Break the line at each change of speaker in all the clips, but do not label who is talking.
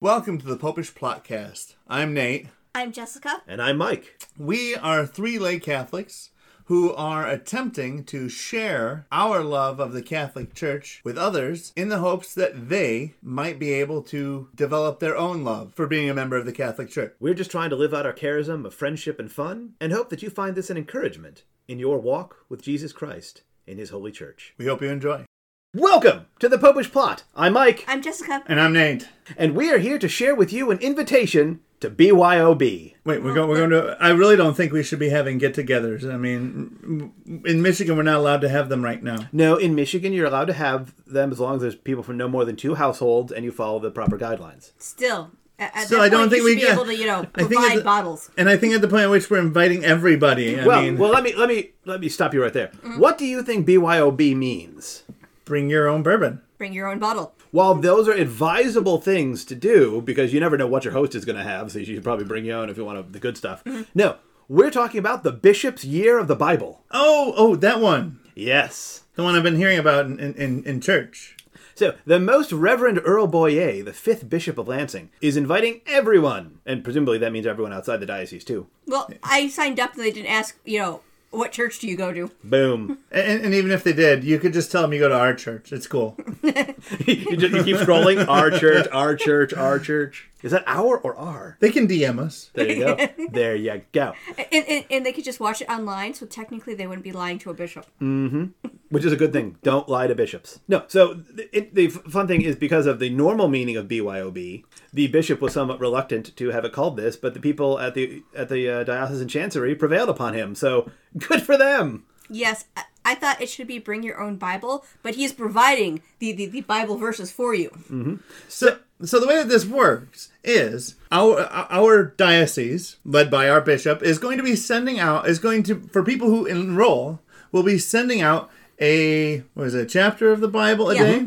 Welcome to the Popish Plotcast. I'm Nate.
I'm Jessica.
And I'm Mike.
We are three lay Catholics who are attempting to share our love of the Catholic Church with others in the hopes that they might be able to develop their own love for being a member of the Catholic Church.
We're just trying to live out our charism of friendship and fun and hope that you find this an encouragement in your walk with Jesus Christ in his holy church.
We hope you enjoy.
Welcome to the Popish Plot. I'm Mike,
I'm Jessica.
And I'm Nate.
and we are here to share with you an invitation to BYOB.
Wait, we're going. We're going to. I really don't think we should be having get-togethers. I mean, in Michigan, we're not allowed to have them right now.
No, in Michigan, you're allowed to have them as long as there's people from no more than two households and you follow the proper guidelines.
Still, at, at
Still,
that
I don't
point,
think
you
we
should be
get-
able to, you know,
I think
provide
it's-
bottles.
And I think at the point at which we're inviting everybody, I
well,
mean, Mm-hmm.
well, let me let me let me stop you right there. What do you think BYOB means?
bring your own bourbon.
Bring your own bottle.
While those are advisable things to do, because you never know what your host is going to have, so you should probably bring your own if you want the good stuff. No, we're talking about the bishop's year of the Bible.
Oh, oh, that one.
Yes.
The one I've been hearing about in, in- in, in church.
So, the most Reverend Earl Boyer, the fifth bishop of Lansing, is inviting everyone, and presumably that means everyone outside the diocese too.
Well, I signed up and they didn't ask, you know, what church do you go to?
Boom.
And, and even if they did, you could just tell them you go to our church. It's cool.
you, just, you keep scrolling. Our church, our church, our church. Is that our or our?
They can DM us.
There you go. There you go.
And, and, and they could just watch it online, so technically they wouldn't be lying to a bishop.
which is a good thing. Don't lie to bishops. No. So th- it, the f- fun thing is because of the normal meaning of BYOB, the bishop was somewhat reluctant to have it called this, but the people at the at the uh, diocesan chancery prevailed upon him. So good for them.
Yes, I, I thought it should be bring your own Bible, but he's providing the, the, the Bible verses for you.
So, so the way that this works is our our diocese, led by our bishop, is going to be sending out is going to for people who enroll will be sending out a what is it, a chapter of the Bible a
Yeah.
day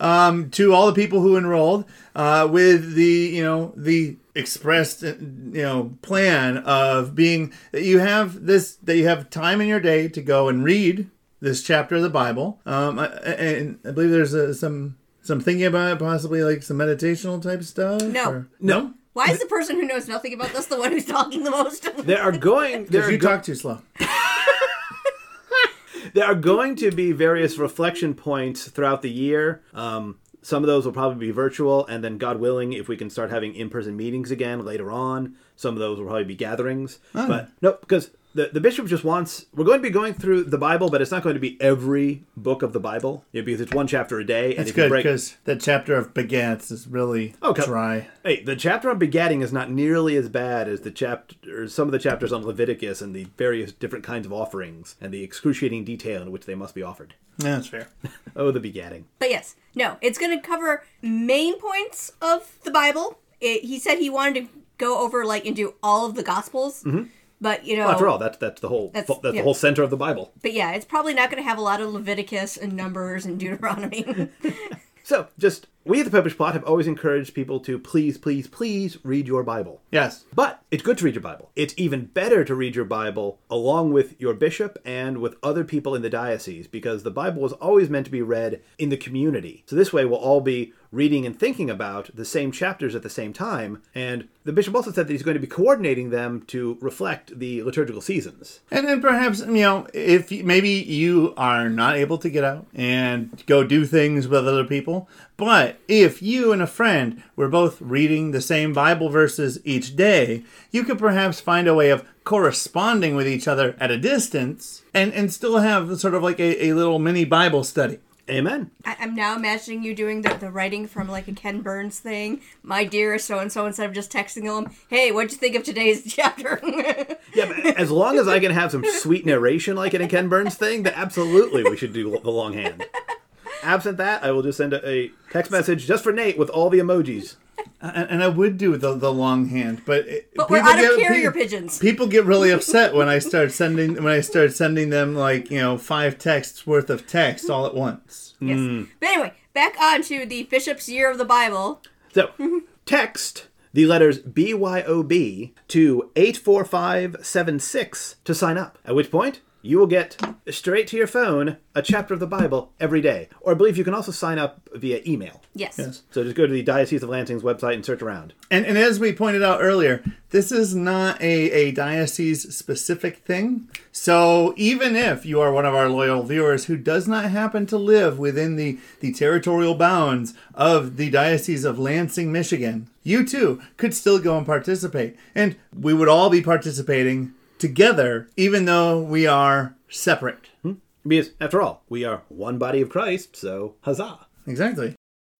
um, to all the people who enrolled uh, with the you know the expressed you know plan of being that you have this that you have time in your day to go and read this chapter of the Bible. Um, I- I- and I believe there's uh some some thinking about it, possibly like some meditational type stuff.
No.
no,
Why is the person who knows nothing about this the one who's talking the most?
There are going
because
there are,
you
go-
talk too slow.
there are going to be various reflection points throughout the year. Um, some of those will probably be virtual, and then God willing, if we can start having in-person meetings again later on, some of those will probably be gatherings.
Oh.
But no, because the, the bishop just wants we're going to be going through the Bible, but it's not going to be every book of the Bible you know, because it's one chapter a day. and
It's
if you
good
break,
because that chapter of begats is really
Okay.
dry.
hey, the chapter on begatting is not nearly as bad as the chapter, or some of the chapters on Leviticus and the various different kinds of offerings and the excruciating detail in which they must be offered.
Yeah, that's fair.
Oh, the begatting.
But yes, no, it's going to cover main points of the Bible. It, he said he wanted to go over like and do all of the Gospels, but you know,
After all, that's that's the whole Oh. that's,
That's-
the
yeah.
whole center of the Bible.
but yeah, it's probably not going to have a lot of Leviticus and Numbers and Deuteronomy.
So, just we at the Popish Plot have always encouraged people to please, please, please read your Bible.
Yes.
But it's good to read your Bible. It's even better to read your Bible along with your bishop and with other people in the diocese because the Bible was always meant to be read in the community. So this way we'll all be reading and thinking about the same chapters at the same time. And the bishop also said that he's going to be coordinating them to reflect the liturgical seasons.
And then perhaps you know if you- maybe you are not able to get out and go do things with other people, but if you and a friend were both reading the same Bible verses each day, you could perhaps find a way of corresponding with each other at a distance and and still have sort of like a, a little mini Bible study.
Amen.
I, I'm now imagining you doing the, the writing from like a Ken Burns thing. My dear so and so, instead of just texting them, hey, what'd you think of today's chapter?
Yeah, but as long as I can have some sweet narration like in a Ken Burns thing, then absolutely we should do the long hand. Absent that, I will just send a, a text message just for Nate with all the emojis.
And, and I would do the the long hand, but it,
but we're
people
out of
get-
carrier
pe-
pigeons.
People get really upset when I start sending when I start sending them like you know five texts worth of text all at once.
Yes. But anyway, back on to the Bishop's Year of the Bible.
So, text the letters BYOB to 84576 to sign up. At which point, you will get straight to your phone a chapter of the Bible every day. Or I believe you can also sign up via email.
Yes.
So just go to the Diocese of Lansing's website and search around.
And, and as we pointed out earlier, this is not a, a diocese specific thing. So even if you are one of our loyal viewers who does not happen to live within the, the territorial bounds of the Diocese of Lansing, Michigan, you too could still go and participate. And we would all be participating together, even though we are separate.
Because after all, we are one body of Christ, so huzzah.
Exactly.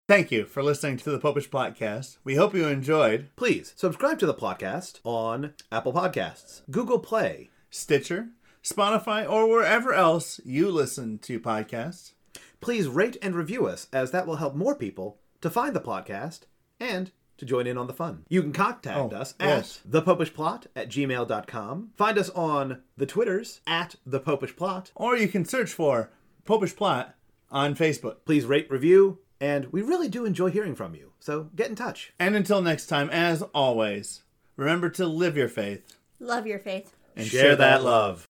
Thank you for listening to the Popish Podcast. We hope you enjoyed
Please subscribe to the podcast on Apple Podcasts, Google Play.
Stitcher, Spotify, or wherever else you listen to podcasts.
Please rate and review us, as that will help more people to find the podcast and to join in on the fun. You can contact
Oh,
us
yes.
at thepopishplot at gmail.com. Find us on the Twitters at thepopishplot.
Or you can search for Popish Plot on Facebook.
Please rate, review, and we really do enjoy hearing from you, so get in touch.
And until next time, as always, remember to live your faith
Love your faith.
and
share that love.